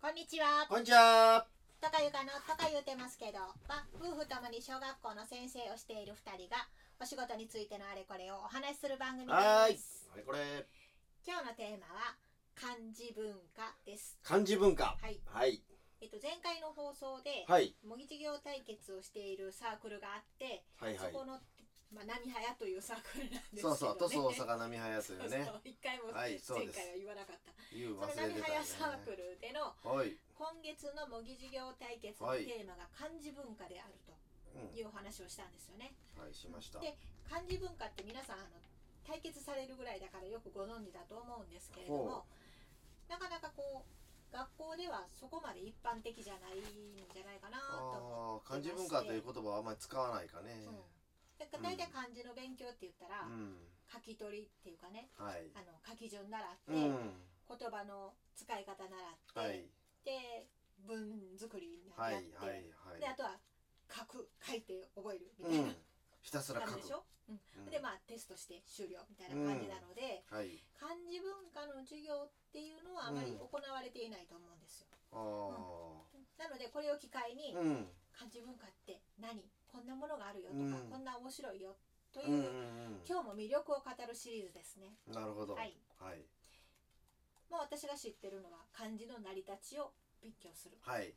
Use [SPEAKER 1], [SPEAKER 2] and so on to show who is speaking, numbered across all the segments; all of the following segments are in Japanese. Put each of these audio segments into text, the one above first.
[SPEAKER 1] こんにちは。
[SPEAKER 2] こんにちは。
[SPEAKER 1] とかゆかのとか言うてますけど、まあ、夫婦ともに小学校の先生をしている2人がお仕事についてのあれこれをお話しする番組
[SPEAKER 2] は
[SPEAKER 1] で
[SPEAKER 2] ーい
[SPEAKER 1] す。
[SPEAKER 2] はい、これ、
[SPEAKER 1] 今日のテーマは漢字文化です。
[SPEAKER 2] 漢字文化。
[SPEAKER 1] はい。
[SPEAKER 2] はい。
[SPEAKER 1] えっと前回の放送で、
[SPEAKER 2] はい。
[SPEAKER 1] 模擬授業対決をしているサークルがあって、
[SPEAKER 2] はいはい
[SPEAKER 1] そ。このまあ波早というサークルなんですけどね。
[SPEAKER 2] そうそう、塗装魚波早す
[SPEAKER 1] そう
[SPEAKER 2] よ
[SPEAKER 1] そう
[SPEAKER 2] ね。
[SPEAKER 1] 一回も
[SPEAKER 2] はい
[SPEAKER 1] 前
[SPEAKER 2] そう
[SPEAKER 1] 回
[SPEAKER 2] です
[SPEAKER 1] は言わなかった。
[SPEAKER 2] 言う
[SPEAKER 1] そ
[SPEAKER 2] 忘
[SPEAKER 1] の
[SPEAKER 2] れて
[SPEAKER 1] 波早サ
[SPEAKER 2] た
[SPEAKER 1] ー
[SPEAKER 2] よ
[SPEAKER 1] ク
[SPEAKER 2] ね。
[SPEAKER 1] ルでの
[SPEAKER 2] はい。
[SPEAKER 1] 今月の模擬授業対決のテーマが漢字文化であると
[SPEAKER 2] う
[SPEAKER 1] いうお話をしたんですよね。
[SPEAKER 2] ん。はい、しました。
[SPEAKER 1] で漢字文化って皆さんあの対決されるぐらいだからよくご存知だと思うんですけれども
[SPEAKER 2] ほ
[SPEAKER 1] なかなかこう学校ではそこまで一般的じゃないんじゃないかなと思
[SPEAKER 2] ああ、漢字文化という言葉はあんまり使わないかね。
[SPEAKER 1] う、うん、だから大体漢字の勉強って言ったら、
[SPEAKER 2] うん。
[SPEAKER 1] 書き取りっていうかね
[SPEAKER 2] はい。
[SPEAKER 1] あの書き順習って、
[SPEAKER 2] うん。
[SPEAKER 1] 言葉の使い方習って、
[SPEAKER 2] はい。
[SPEAKER 1] で文作りにな
[SPEAKER 2] はい。
[SPEAKER 1] っ
[SPEAKER 2] はい
[SPEAKER 1] て、。であ
[SPEAKER 2] は
[SPEAKER 1] とは書く書いて覚えるみ
[SPEAKER 2] い。
[SPEAKER 1] たい
[SPEAKER 2] うん
[SPEAKER 1] な。
[SPEAKER 2] ひたすら
[SPEAKER 1] 感じ
[SPEAKER 2] 書く
[SPEAKER 1] でし。ょ、うん
[SPEAKER 2] うん
[SPEAKER 1] でまあテストして終了みたいな感じなので、
[SPEAKER 2] はい。
[SPEAKER 1] 漢字文化の授業っていうのはあまり
[SPEAKER 2] うん
[SPEAKER 1] 行われていないと思うんですよ、
[SPEAKER 2] ああ。
[SPEAKER 1] なのでこれを機会に
[SPEAKER 2] うん。
[SPEAKER 1] 漢字文化って何こんなものがあるよと
[SPEAKER 2] うん
[SPEAKER 1] か、こんな面白いよというう、
[SPEAKER 2] んうん
[SPEAKER 1] 今日も魅力を語るシリーズですね
[SPEAKER 2] うん。なるほど。
[SPEAKER 1] は
[SPEAKER 2] はいい。
[SPEAKER 1] もう私が知ってるのは漢字の成り立ちを勉強する
[SPEAKER 2] はい。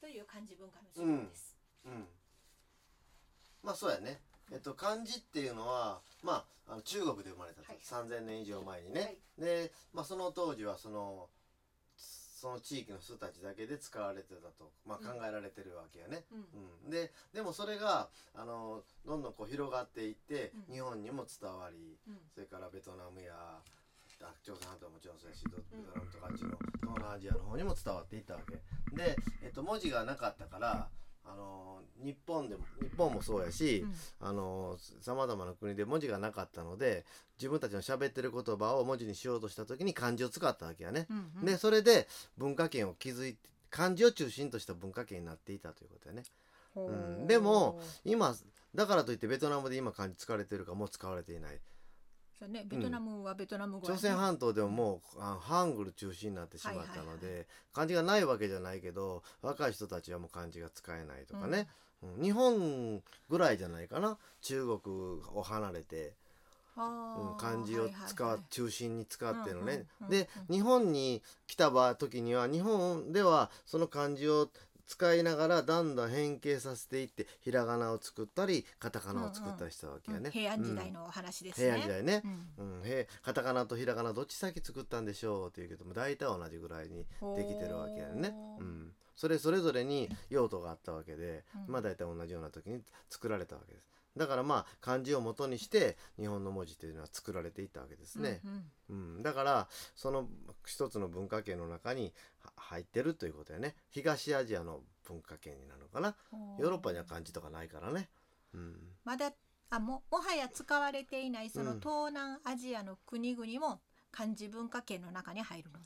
[SPEAKER 1] という漢字文化の授業です、
[SPEAKER 2] うん、まあそうやね、えっと、漢字っていうのは、まあ、あの中国で生まれたと、
[SPEAKER 1] はい
[SPEAKER 2] 3,000年以上前にね、
[SPEAKER 1] はい
[SPEAKER 2] で、まあ、その当時はそのその地域の人たちだけで使われてたと、ま
[SPEAKER 1] うん
[SPEAKER 2] あ、考えられてるわけやね。
[SPEAKER 1] うん
[SPEAKER 2] うんででもそれがあのどんどんこう広がっていって、
[SPEAKER 1] うん
[SPEAKER 2] 日本にも伝わり
[SPEAKER 1] うん
[SPEAKER 2] それからベトナムやあ朝鮮半島もちろんそうやしどベトナムとかあっちの東南アジアの方にも伝わっていったわけで、えっと、文字がなかったからあの日本でも日本もそうやしあのさまざまな国で文字がなかったので自分たちの喋ってる言葉を文字にしようとした時に漢字を使ったわけやね。
[SPEAKER 1] うんうん
[SPEAKER 2] でそれで文化圏を築いて漢字を中心とした文化圏になっていたということやね。
[SPEAKER 1] ほー
[SPEAKER 2] うんでも今だからといってベトナムで今漢字使われてるかもう使われていない。
[SPEAKER 1] そうねベトナムはベトナム語や
[SPEAKER 2] 朝
[SPEAKER 1] ね
[SPEAKER 2] 鮮半島でももうあハングル中心になってしまったので、
[SPEAKER 1] はいはい
[SPEAKER 2] 漢字がないわけじゃないけど若い人たちはもう漢字が使えないとかね、うん日本ぐらいじゃないかな中国を離れて、うん
[SPEAKER 1] あー
[SPEAKER 2] 漢字を使わ、
[SPEAKER 1] はいはいはい
[SPEAKER 2] 中心に使ってるのね。
[SPEAKER 1] うんうんうんうん
[SPEAKER 2] で日本に来た場時には日本ではその漢字を使いながらだんだん変形させていってひらがなを作ったりカタカナを作ったりしたわけやね。
[SPEAKER 1] 平安時代
[SPEAKER 2] うん
[SPEAKER 1] のお話ですね。
[SPEAKER 2] 平安時代ね、
[SPEAKER 1] うん
[SPEAKER 2] うん、へカタカナとひらがなどっち先作ったんでしょうっていうけども大体同じぐらいにできてるわけやね
[SPEAKER 1] ほ、
[SPEAKER 2] う
[SPEAKER 1] ー
[SPEAKER 2] ん、それそれぞれに用途があったわけで、
[SPEAKER 1] うん
[SPEAKER 2] まあ大体同じような時に作られたわけですだからまあ漢字を元にして日本の文字というのは作られていったわけですね、
[SPEAKER 1] うんうん
[SPEAKER 2] うん、だからその一つの文化圏の中には入ってるということやね東アジアの文化圏になるのかな
[SPEAKER 1] ほ
[SPEAKER 2] ヨーロッパには漢字とかないからね、うん、
[SPEAKER 1] まだあももはや使われていないその
[SPEAKER 2] うん
[SPEAKER 1] 東南アジアの国々も漢字文化圏の中に入るの。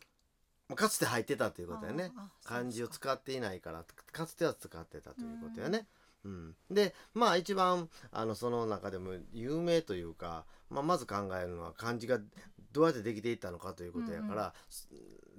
[SPEAKER 2] まあかつて入ってたということや
[SPEAKER 1] あ
[SPEAKER 2] ね
[SPEAKER 1] ーあそうですか
[SPEAKER 2] 漢字を使っていないからかつては使ってたということやね。うん、でまあ一番あのその中でも有名というか、まあ、まず考えるのは漢字がどうやってできていったのかということやから、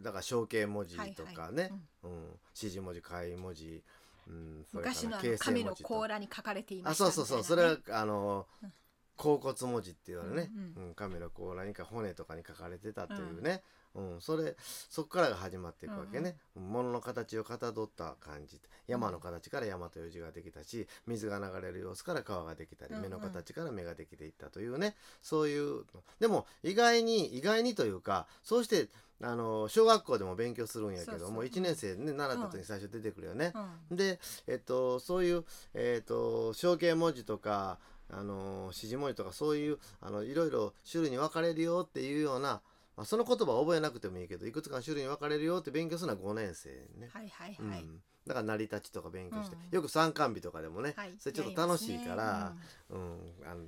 [SPEAKER 2] だから象形文字とかね、うん指示文字解文字、うん、それから
[SPEAKER 1] 昔のあの
[SPEAKER 2] 形成
[SPEAKER 1] 紙
[SPEAKER 2] 文
[SPEAKER 1] の
[SPEAKER 2] 字と
[SPEAKER 1] 甲羅に書かれていま
[SPEAKER 2] あ
[SPEAKER 1] した
[SPEAKER 2] そうそうそうそれは
[SPEAKER 1] み
[SPEAKER 2] あの
[SPEAKER 1] うん
[SPEAKER 2] 甲骨文字っていうのね、
[SPEAKER 1] う
[SPEAKER 2] うんん亀の甲羅にか骨とかに書かれてたっていうね、うんそれそこからが始まっていくわけね、物の形をかたどった感じ山の形から山という字ができたし水が流れる様子から川ができたり、
[SPEAKER 1] うんうん
[SPEAKER 2] 目の形から目ができていったというねそういうでも意外に意外にというかそうしてあの小学校でも勉強するんやけ
[SPEAKER 1] そうそう
[SPEAKER 2] ども1年生で、ね、習った時に最初出てくるよね。
[SPEAKER 1] たいなね
[SPEAKER 2] で、えっと、そういう、えっと、象形文字とか、あの指示文字とかそういうあのいろいろ種類に分かれるよっていうような、まあ、その言葉を覚えなくてもいいけどいくつかの種類に分かれるよって勉強するのは5年生ね
[SPEAKER 1] うん、はいはいはい。
[SPEAKER 2] うん、だから成り立ちとか勉強して、
[SPEAKER 1] うん
[SPEAKER 2] よく参観日とかでもね、
[SPEAKER 1] はい
[SPEAKER 2] それちょっと楽しいから、
[SPEAKER 1] やりますね
[SPEAKER 2] うん、あの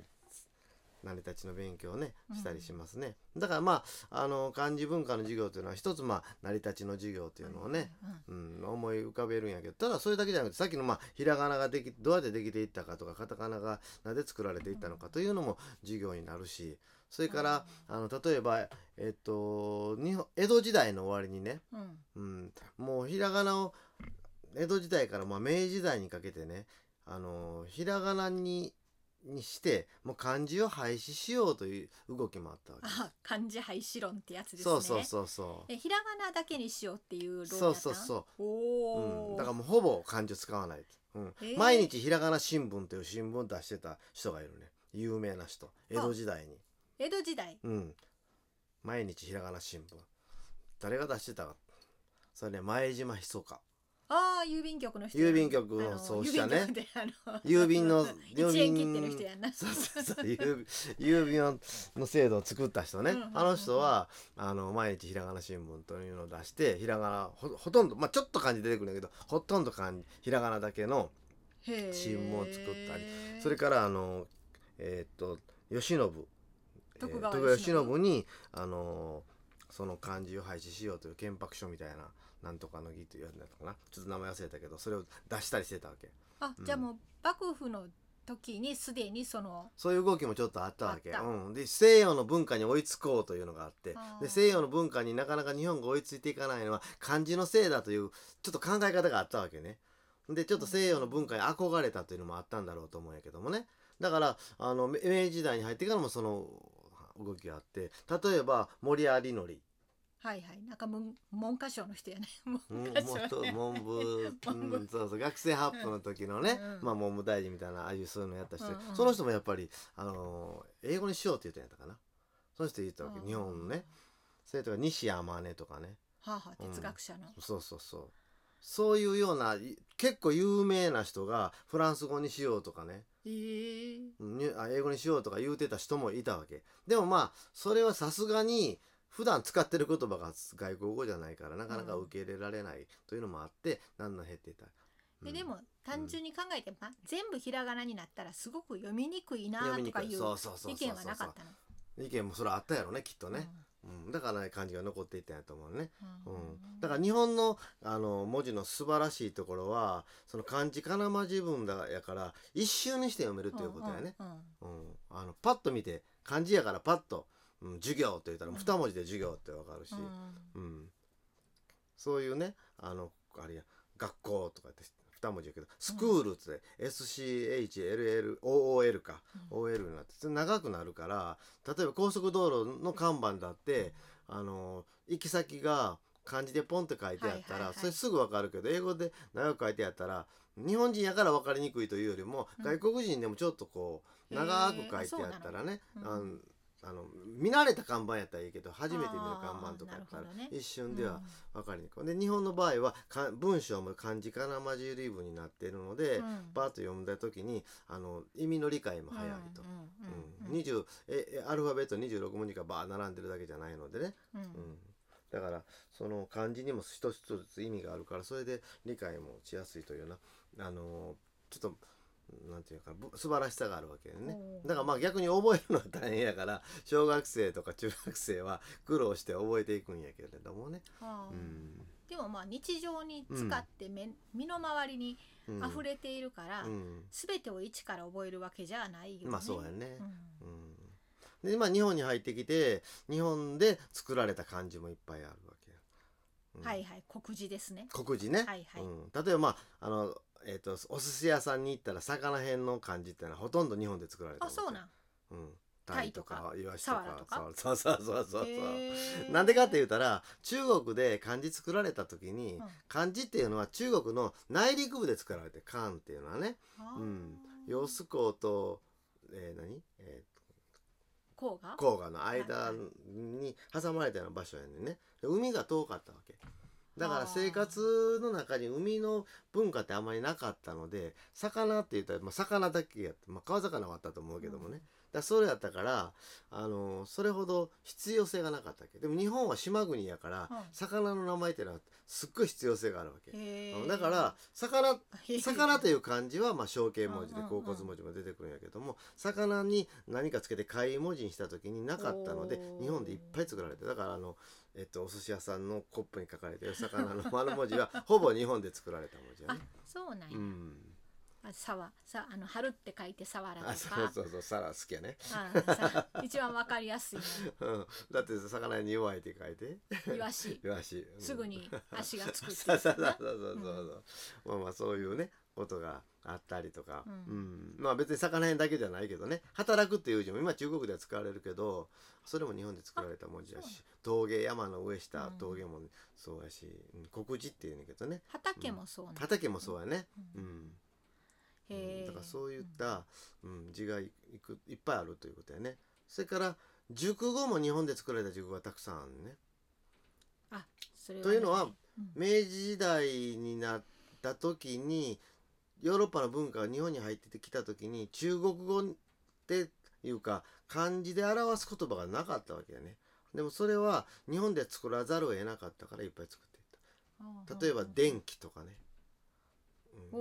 [SPEAKER 2] 成り立ちの勉強をね
[SPEAKER 1] うん
[SPEAKER 2] したりしますね、だからまああの漢字文化の授業というのは一つまあ成り立ちの授業というのをね、
[SPEAKER 1] うんうん
[SPEAKER 2] うん、思い浮かべるんやけどただそれだけじゃなくてさっきのまあひらがなができどうやってできていったかとかカタカナがなぜ作られていったのかというのも授業になるしそれから、あの例えば、えっと、日本江戸時代の終わりにね、
[SPEAKER 1] うん
[SPEAKER 2] うん、もうひらがなを江戸時代からまあ明治時代にかけてねあのひらがなににしてもう漢字を廃止しようという動きもあったわけです
[SPEAKER 1] あ漢字廃止論ってやつですね
[SPEAKER 2] そうそうそうそう
[SPEAKER 1] えひらがなだけにしようっていう論やった
[SPEAKER 2] そうそうそう
[SPEAKER 1] おお、
[SPEAKER 2] うん、だからもうほぼ漢字使わない、うん
[SPEAKER 1] えー
[SPEAKER 2] 毎日ひらがな新聞という新聞出してた人がいるね有名な人江戸時代に
[SPEAKER 1] 江戸時代
[SPEAKER 2] うん毎日ひらがな新聞誰が出してたかそれね前島ひそか
[SPEAKER 1] ああ郵便局の人
[SPEAKER 2] 郵便局
[SPEAKER 1] あ
[SPEAKER 2] の
[SPEAKER 1] の
[SPEAKER 2] そうしたね
[SPEAKER 1] 郵便局であの
[SPEAKER 2] 郵便の
[SPEAKER 1] 一円切手の人やんな
[SPEAKER 2] そうそ うそう郵郵便の制度を作った人ね
[SPEAKER 1] うんうんうんうん
[SPEAKER 2] あの人はあの毎日ひらがな新聞というのを出してひらがなほほとんどまあちょっと漢字出てくるんだけどほとんど漢字ひらがなだけの
[SPEAKER 1] へー
[SPEAKER 2] 新聞を作ったりそれからあのえーっと慶喜えー
[SPEAKER 1] 徳川
[SPEAKER 2] 徳川慶喜にあのその漢字を廃止しようという憲白書みたいななんとかの儀というやつだったかなちょっと名前忘れたけどそれを出したりしてたわけ
[SPEAKER 1] あじゃあもう幕府の時にすでにその
[SPEAKER 2] そういう動きもちょっとあったわけ、
[SPEAKER 1] あった
[SPEAKER 2] うん、で西洋の文化に追いつこうというのがあって
[SPEAKER 1] あー
[SPEAKER 2] で西洋の文化になかなか日本が追いついていかないのは漢字のせいだというちょっと考え方があったわけねでちょっと西洋の文化に憧れたというのもあったんだろうと思うんやけどもねだからあの明明治時代に入ってからもその動きがあって例えば森有則
[SPEAKER 1] はいはいなんか文文科省の人やね
[SPEAKER 2] うん
[SPEAKER 1] 文科
[SPEAKER 2] も っ
[SPEAKER 1] 省
[SPEAKER 2] と
[SPEAKER 1] ね
[SPEAKER 2] 文部、う
[SPEAKER 1] 文部
[SPEAKER 2] ん、そうそう学生発表の時のね、
[SPEAKER 1] うん
[SPEAKER 2] まあ文部大臣みたいなああいうそういうのやった人、
[SPEAKER 1] うんうん
[SPEAKER 2] その人もやっぱり、あのー英語にしようって言ったんやったかなその人言ったわけ、
[SPEAKER 1] うん
[SPEAKER 2] 日本のねそれとか西山音とかね
[SPEAKER 1] はあはあ哲学者の、
[SPEAKER 2] そうそうそうそういうようない結構有名な人がフランス語にしようとかね
[SPEAKER 1] えー
[SPEAKER 2] うんにあ英語にしようとか言うてた人もいたわけでもまあそれはさすがに普段使ってる言葉が外国語じゃないからなかなか受け入れられないというのもあって、なんの減っていた、
[SPEAKER 1] で
[SPEAKER 2] うん
[SPEAKER 1] でも単純に考えて、まあ、全部ひらがなになったらすごく読みにくいな
[SPEAKER 2] 読
[SPEAKER 1] と
[SPEAKER 2] みに
[SPEAKER 1] か
[SPEAKER 2] く
[SPEAKER 1] い
[SPEAKER 2] いうそうそうそうそう
[SPEAKER 1] 意見はなかったの。
[SPEAKER 2] 意見もそれあったやろねきっとね、うんだから漢字が残っていったんやと思うね、
[SPEAKER 1] う
[SPEAKER 2] うんん、だから日本のあの文字の素晴らしいところはその漢字かなま字文だやから一周にして読めるということやね、
[SPEAKER 1] うんうん
[SPEAKER 2] うん、あのパッと見て漢字やからパッと、うん、授業って言ったら
[SPEAKER 1] うん
[SPEAKER 2] 二文字で授業ってわかるし、
[SPEAKER 1] うん
[SPEAKER 2] うんそういうねあのあれや学校とかって二文字やけどスクールって SCHLLOOL か、
[SPEAKER 1] うん
[SPEAKER 2] OL になってそれ長くなるから例えば高速道路の看板だって、あの行き先が漢字でポンって書いてあ
[SPEAKER 1] は
[SPEAKER 2] ったら、
[SPEAKER 1] いはいはい
[SPEAKER 2] それすぐ分かるけど英語で長く書いてあったら日本人やから分かりにくいというよりも、
[SPEAKER 1] うん
[SPEAKER 2] 外国人でもちょっとこう
[SPEAKER 1] へー
[SPEAKER 2] 長く書いてあったらね、
[SPEAKER 1] そうな
[SPEAKER 2] あ
[SPEAKER 1] の
[SPEAKER 2] の
[SPEAKER 1] うん
[SPEAKER 2] あの見慣れた看板やったらいいけど初めて見る看板とかやった
[SPEAKER 1] あーなるほ
[SPEAKER 2] ら、
[SPEAKER 1] どね
[SPEAKER 2] 一瞬では分かりにくい。で日本の場合はか文章も漢字かなまじり文になっているので、
[SPEAKER 1] うん
[SPEAKER 2] バーッと読んだ時にあの意味の理解も早いと。
[SPEAKER 1] うんうん
[SPEAKER 2] う
[SPEAKER 1] うん
[SPEAKER 2] ん、20ええアルファベット26文字がバー並んでるだけじゃないのでね、
[SPEAKER 1] うん
[SPEAKER 2] うん、だからその漢字にも一つ一つ意味があるからそれで理解もしやすいというような、あのーちょっとなんていうかぶ素晴らしさがあるわけでね
[SPEAKER 1] おー
[SPEAKER 2] だからまあ逆に覚えるのは大変やから小学生とか中学生は苦労して覚えていくんやけれどもね。
[SPEAKER 1] あー
[SPEAKER 2] うん
[SPEAKER 1] でもまあ日常に使ってめ、身の回りに
[SPEAKER 2] うん
[SPEAKER 1] 溢れているから、
[SPEAKER 2] うん
[SPEAKER 1] 全てを一から覚えるわけじゃないよね。
[SPEAKER 2] まあそうやね
[SPEAKER 1] うん
[SPEAKER 2] うん、で今日本に入ってきて日本で作られた漢字もいっぱいあるわけよ、うん
[SPEAKER 1] はいはい国字ですね。
[SPEAKER 2] 国字ね、
[SPEAKER 1] はいはい
[SPEAKER 2] うん、例えばまああの、えっとお寿司屋さんに行ったら魚辺の漢字ってのはほとんど日本で作られた、
[SPEAKER 1] あそうなんん。
[SPEAKER 2] うん、
[SPEAKER 1] タイとか
[SPEAKER 2] イワシ
[SPEAKER 1] サワラとか
[SPEAKER 2] そうそうそうそうそう
[SPEAKER 1] へー
[SPEAKER 2] なんでかって言うたら中国で漢字作られた時に、
[SPEAKER 1] うん
[SPEAKER 2] 漢字っていうのは中国の内陸部で作られて漢っていうのはね
[SPEAKER 1] あー
[SPEAKER 2] うん揚子江と、えー何、えー
[SPEAKER 1] こうが
[SPEAKER 2] 黄河の間に挟まれたような場所やねんねで海が遠かったわけだか
[SPEAKER 1] あ
[SPEAKER 2] ら
[SPEAKER 1] ー
[SPEAKER 2] 生活の中に海の文化ってあんまりなかったので魚って言ったら、まあ、魚だけやって、まあ、川魚はあったと思うけどもね、だからそれやったから、あのそれほど必要性がなかったわけでも日本は島国やから、
[SPEAKER 1] うん
[SPEAKER 2] 魚の名前ってのはすっごい必要性があるわけ、
[SPEAKER 1] へ
[SPEAKER 2] う
[SPEAKER 1] ー
[SPEAKER 2] んだから魚
[SPEAKER 1] へー
[SPEAKER 2] 魚という漢字はまあ象形文字で
[SPEAKER 1] うんうんう
[SPEAKER 2] 甲
[SPEAKER 1] ん
[SPEAKER 2] 骨文字も出てくるんやけども魚に何かつけて貝文字にした時になかったので
[SPEAKER 1] おー
[SPEAKER 2] 日本でいっぱい作られてだからあの、えっと、お寿司屋さんのコップに 書かれてる魚の丸文字はほぼ日本で作られた文字や
[SPEAKER 1] あ
[SPEAKER 2] ね。
[SPEAKER 1] そうなんや
[SPEAKER 2] う。ん
[SPEAKER 1] まあ、さわさあの春って書いてさわらとか
[SPEAKER 2] あそうそうそうサラ好きやね、
[SPEAKER 1] うんさ一番わかりやすい
[SPEAKER 2] うん、だって魚に弱いって書いて
[SPEAKER 1] のイワシ
[SPEAKER 2] イワシ、うん
[SPEAKER 1] すぐに足がつくって
[SPEAKER 2] そ
[SPEAKER 1] や
[SPEAKER 2] う
[SPEAKER 1] つ
[SPEAKER 2] そ
[SPEAKER 1] や
[SPEAKER 2] うそう
[SPEAKER 1] な
[SPEAKER 2] そうそうそう、まあまあそういうねことがあったりとか、
[SPEAKER 1] う
[SPEAKER 2] うんんまあ別に魚園だけじゃないけどね働くっていう字も今中国では使われるけどそれも日本で作られた文字や
[SPEAKER 1] あそう
[SPEAKER 2] し陶芸山の上下
[SPEAKER 1] うん
[SPEAKER 2] 陶芸もそうやし、うん、国字っていうんだけどね
[SPEAKER 1] 畑もそうなの
[SPEAKER 2] 畑もそうやね、
[SPEAKER 1] う
[SPEAKER 2] うんん
[SPEAKER 1] へえ
[SPEAKER 2] だからそういった、うん、字がいくいっぱいあるということやねそれから熟語も日本で作られた熟語がたくさんあるね
[SPEAKER 1] あそれ
[SPEAKER 2] というのは
[SPEAKER 1] うん
[SPEAKER 2] 明治時代になった時にヨーロッパの文化が日本に入ってきた時に中国語っていうか漢字で表す言葉がなかったわけだねでもそれは日本で作らざるを得なかったからいっぱい作っていった例えば「電気」とかね、
[SPEAKER 1] お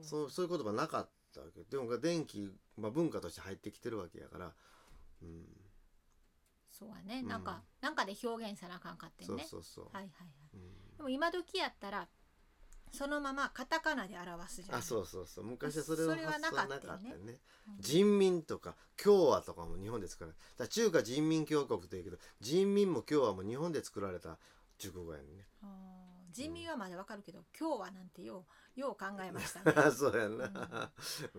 [SPEAKER 1] お
[SPEAKER 2] ん、
[SPEAKER 1] ー
[SPEAKER 2] そうそういう言葉なかったわけでも電気、まあ、文化として入ってきてるわけやから、うん、
[SPEAKER 1] そうやね
[SPEAKER 2] うん
[SPEAKER 1] なんか、なんかで表現さなあかんかってんね
[SPEAKER 2] そうそうそう、
[SPEAKER 1] はいはいはい
[SPEAKER 2] うん
[SPEAKER 1] でも今時やったらそのままカタカナで表すじゃん
[SPEAKER 2] あそうそうそう昔はそれ
[SPEAKER 1] そ
[SPEAKER 2] の
[SPEAKER 1] れ
[SPEAKER 2] 発
[SPEAKER 1] はな
[SPEAKER 2] 想
[SPEAKER 1] か
[SPEAKER 2] は
[SPEAKER 1] った
[SPEAKER 2] な
[SPEAKER 1] よね
[SPEAKER 2] かったよね
[SPEAKER 1] うん
[SPEAKER 2] 人民とか共和とかも日本で作られただから中華人民共和国というけど人民も共和も日本で作られた中国語やねん ね
[SPEAKER 1] あー人民はまだわかるけど、今日はなんてようよう考えましたね
[SPEAKER 2] そうやんなう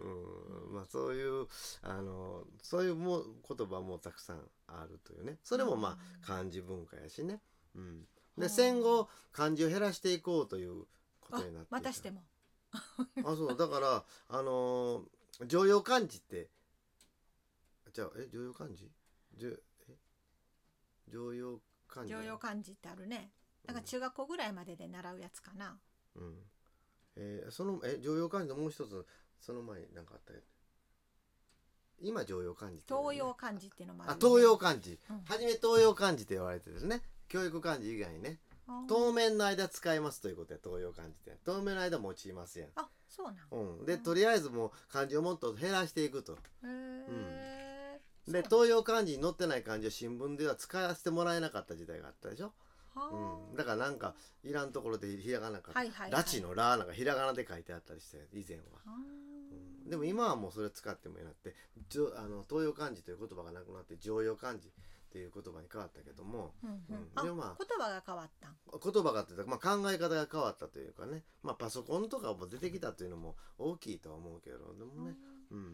[SPEAKER 2] ん、まあそういうあのそういうもう言葉もたくさんあるというね それもま
[SPEAKER 1] うん
[SPEAKER 2] あ漢字文化やしね、うん、
[SPEAKER 1] は
[SPEAKER 2] で
[SPEAKER 1] あ
[SPEAKER 2] 戦後漢字を減らしていこうというこ
[SPEAKER 1] あ
[SPEAKER 2] とになっていた
[SPEAKER 1] またしても
[SPEAKER 2] あそうだからあのー常用漢字ってじゃあえ常用漢字じゅえ常用漢字
[SPEAKER 1] 常用漢字ってあるねだから中学校ぐらいまでで習うやつかな、
[SPEAKER 2] うんえーそのえ常用漢字のもう一つその前になんかあったよね今常用漢字って言うよ
[SPEAKER 1] 東
[SPEAKER 2] ね
[SPEAKER 1] 洋漢字っていうのもある
[SPEAKER 2] あ
[SPEAKER 1] よね、
[SPEAKER 2] 東洋漢字、
[SPEAKER 1] うん
[SPEAKER 2] 初め東洋漢字って言われてるね教育漢字以外にね
[SPEAKER 1] あー
[SPEAKER 2] 当面の間使いますということや東洋漢字って当面の間用いますやん、
[SPEAKER 1] あそうなん
[SPEAKER 2] うん、でとりあえずもう漢字をもっと減らしていくと
[SPEAKER 1] へー
[SPEAKER 2] で
[SPEAKER 1] そう
[SPEAKER 2] 東洋漢字に載ってない漢字を新聞では使わせてもらえなかった時代があったでしょ、
[SPEAKER 1] は
[SPEAKER 2] うん、だからなんかいらんところでひらがなか
[SPEAKER 1] あはいはい、はい、
[SPEAKER 2] 拉致の「ら」なんかひらがなで書いてあったりして以前は、
[SPEAKER 1] あ
[SPEAKER 2] う
[SPEAKER 1] ー
[SPEAKER 2] んでも今はもうそれ使ってもいいなってじょあの東洋漢字という言葉がなくなって常用漢字っていう言葉に変わったけども
[SPEAKER 1] うんうん
[SPEAKER 2] うん
[SPEAKER 1] あ
[SPEAKER 2] でもまあ
[SPEAKER 1] 言葉が変わったん
[SPEAKER 2] 言葉がっていうか、まあ、考え方が変わったというかね、まあ、パソコンとかも出てきたというのも大きいとは思うけどでもね、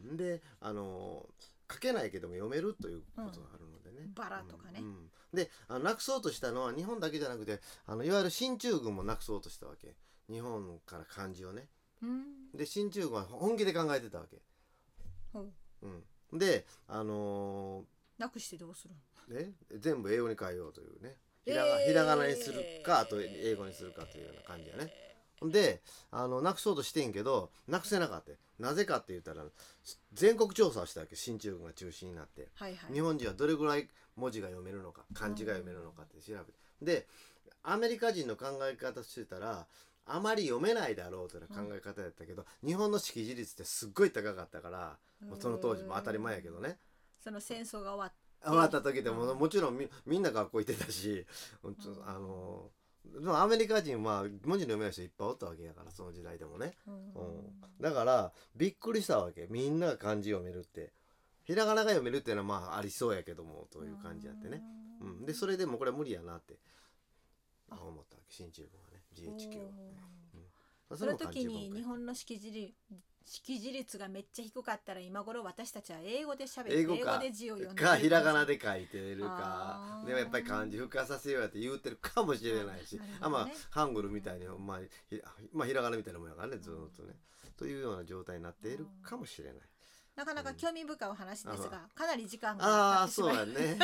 [SPEAKER 2] うん、であの書けないけども読めるということがあるのでね、
[SPEAKER 1] うんバラとかね
[SPEAKER 2] うんうんであのなくそうとしたのは日本だけじゃなくてあのいわゆる進中軍もなくそうとしたわけ日本から漢字をね
[SPEAKER 1] うん
[SPEAKER 2] で進中軍は本気で考えてたわけ、
[SPEAKER 1] ほう
[SPEAKER 2] うん、であの
[SPEAKER 1] なくしてどうするん
[SPEAKER 2] ーね全部英語に変えようというねひらが,、
[SPEAKER 1] えー
[SPEAKER 2] ひらがなにするかあと英語にするかというような感じやねであのなくそうとしてんけどなくせなかったなぜかって言ったら全国調査をしたわけ進中軍が中心になって
[SPEAKER 1] はいはい
[SPEAKER 2] 日本人はどれぐらい文字が読めるのか漢字が読めるのかって調べてでアメリカ人の考え方してたらあまり読めないだろうという考え方やったけど、日本の識字率ってすっごい高かったから、まあその当時も当たり前やけどね
[SPEAKER 1] その戦争が終わっ
[SPEAKER 2] 終わった時で
[SPEAKER 1] う
[SPEAKER 2] も
[SPEAKER 1] ん
[SPEAKER 2] もちろんみみんな学校行ってたし、うんちょ
[SPEAKER 1] うん
[SPEAKER 2] あのでもアメリカ人は文字の読めない人いっぱいおったわけやからその時代でもね
[SPEAKER 1] た、うん
[SPEAKER 2] だからびっくりしたわけみんなが漢字読めるってひらがなが読めるっていうのはまあありそうやけどもという感じやってね。うん、でそれでもこれは無理やなって
[SPEAKER 1] あ
[SPEAKER 2] 思ったわけ新中国はね
[SPEAKER 1] おー
[SPEAKER 2] GHQ はまあ
[SPEAKER 1] そ
[SPEAKER 2] れ
[SPEAKER 1] の
[SPEAKER 2] も漢字
[SPEAKER 1] 時に日
[SPEAKER 2] 文化
[SPEAKER 1] 本の識字率識字率がめっちゃ低かったら今頃私たちは英語で喋って
[SPEAKER 2] 英語か
[SPEAKER 1] で字を読んで
[SPEAKER 2] かひらがな
[SPEAKER 1] で
[SPEAKER 2] で書いてる
[SPEAKER 1] あ
[SPEAKER 2] か
[SPEAKER 1] ー
[SPEAKER 2] でもやっぱり漢字復活させようやって言うてるかもしれないし、
[SPEAKER 1] あー
[SPEAKER 2] あ
[SPEAKER 1] なるほど
[SPEAKER 2] まあ
[SPEAKER 1] ね
[SPEAKER 2] ハングルみたいに、まあ、ひまあひらがなみたいなもんやからねずーっとね、というような状態になっているかもしれない。
[SPEAKER 1] なかなか興味深いお話です
[SPEAKER 2] うん
[SPEAKER 1] がかなり時間が経っ
[SPEAKER 2] ああー
[SPEAKER 1] てし
[SPEAKER 2] そう
[SPEAKER 1] まい
[SPEAKER 2] やね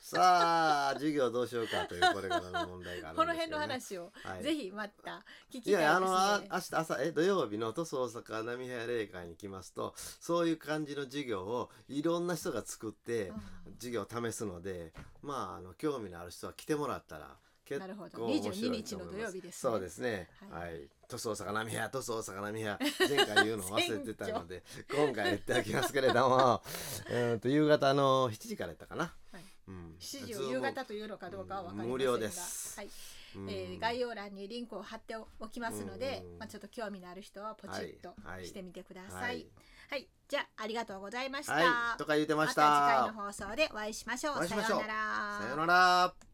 [SPEAKER 2] さあ授業どうしようかというこれからの問題があ
[SPEAKER 1] こ
[SPEAKER 2] る
[SPEAKER 1] の
[SPEAKER 2] んですけ
[SPEAKER 1] 辺の
[SPEAKER 2] ど、ね、
[SPEAKER 1] 話を
[SPEAKER 2] はい
[SPEAKER 1] ぜひまた聞きたいです
[SPEAKER 2] い
[SPEAKER 1] ね、
[SPEAKER 2] やあのあ明日朝え土曜日の塗装大阪波平霊会に来ますとそういう感じの授業をいろんな人が作って授業を試すのでまああの興味のある人は来てもらったら結
[SPEAKER 1] なるほど
[SPEAKER 2] 構面白いと思います
[SPEAKER 1] 22日の土曜日ですね
[SPEAKER 2] そうですね
[SPEAKER 1] は
[SPEAKER 2] はいい、塗装大阪波平塗装大阪波平前回言うの忘れてた ので今回言っておきますけれどもうんと夕方の7時からやったかな、
[SPEAKER 1] はい
[SPEAKER 2] うん
[SPEAKER 1] 7時を夕
[SPEAKER 2] Zoom
[SPEAKER 1] 方というのかどうかは分かりませんが
[SPEAKER 2] 無料です
[SPEAKER 1] はい
[SPEAKER 2] うん
[SPEAKER 1] えー概要欄にリンクを貼っておきますので、
[SPEAKER 2] うん
[SPEAKER 1] まあ、ちょっと興味のある人はポチッと
[SPEAKER 2] はいはい
[SPEAKER 1] してみてください。は
[SPEAKER 2] はいい、
[SPEAKER 1] じゃあありがとうございました。
[SPEAKER 2] はいとか言ってま
[SPEAKER 1] ま
[SPEAKER 2] した
[SPEAKER 1] 次回の放送でお会いしましょう。
[SPEAKER 2] お会いしましょう
[SPEAKER 1] さようなら
[SPEAKER 2] さよなら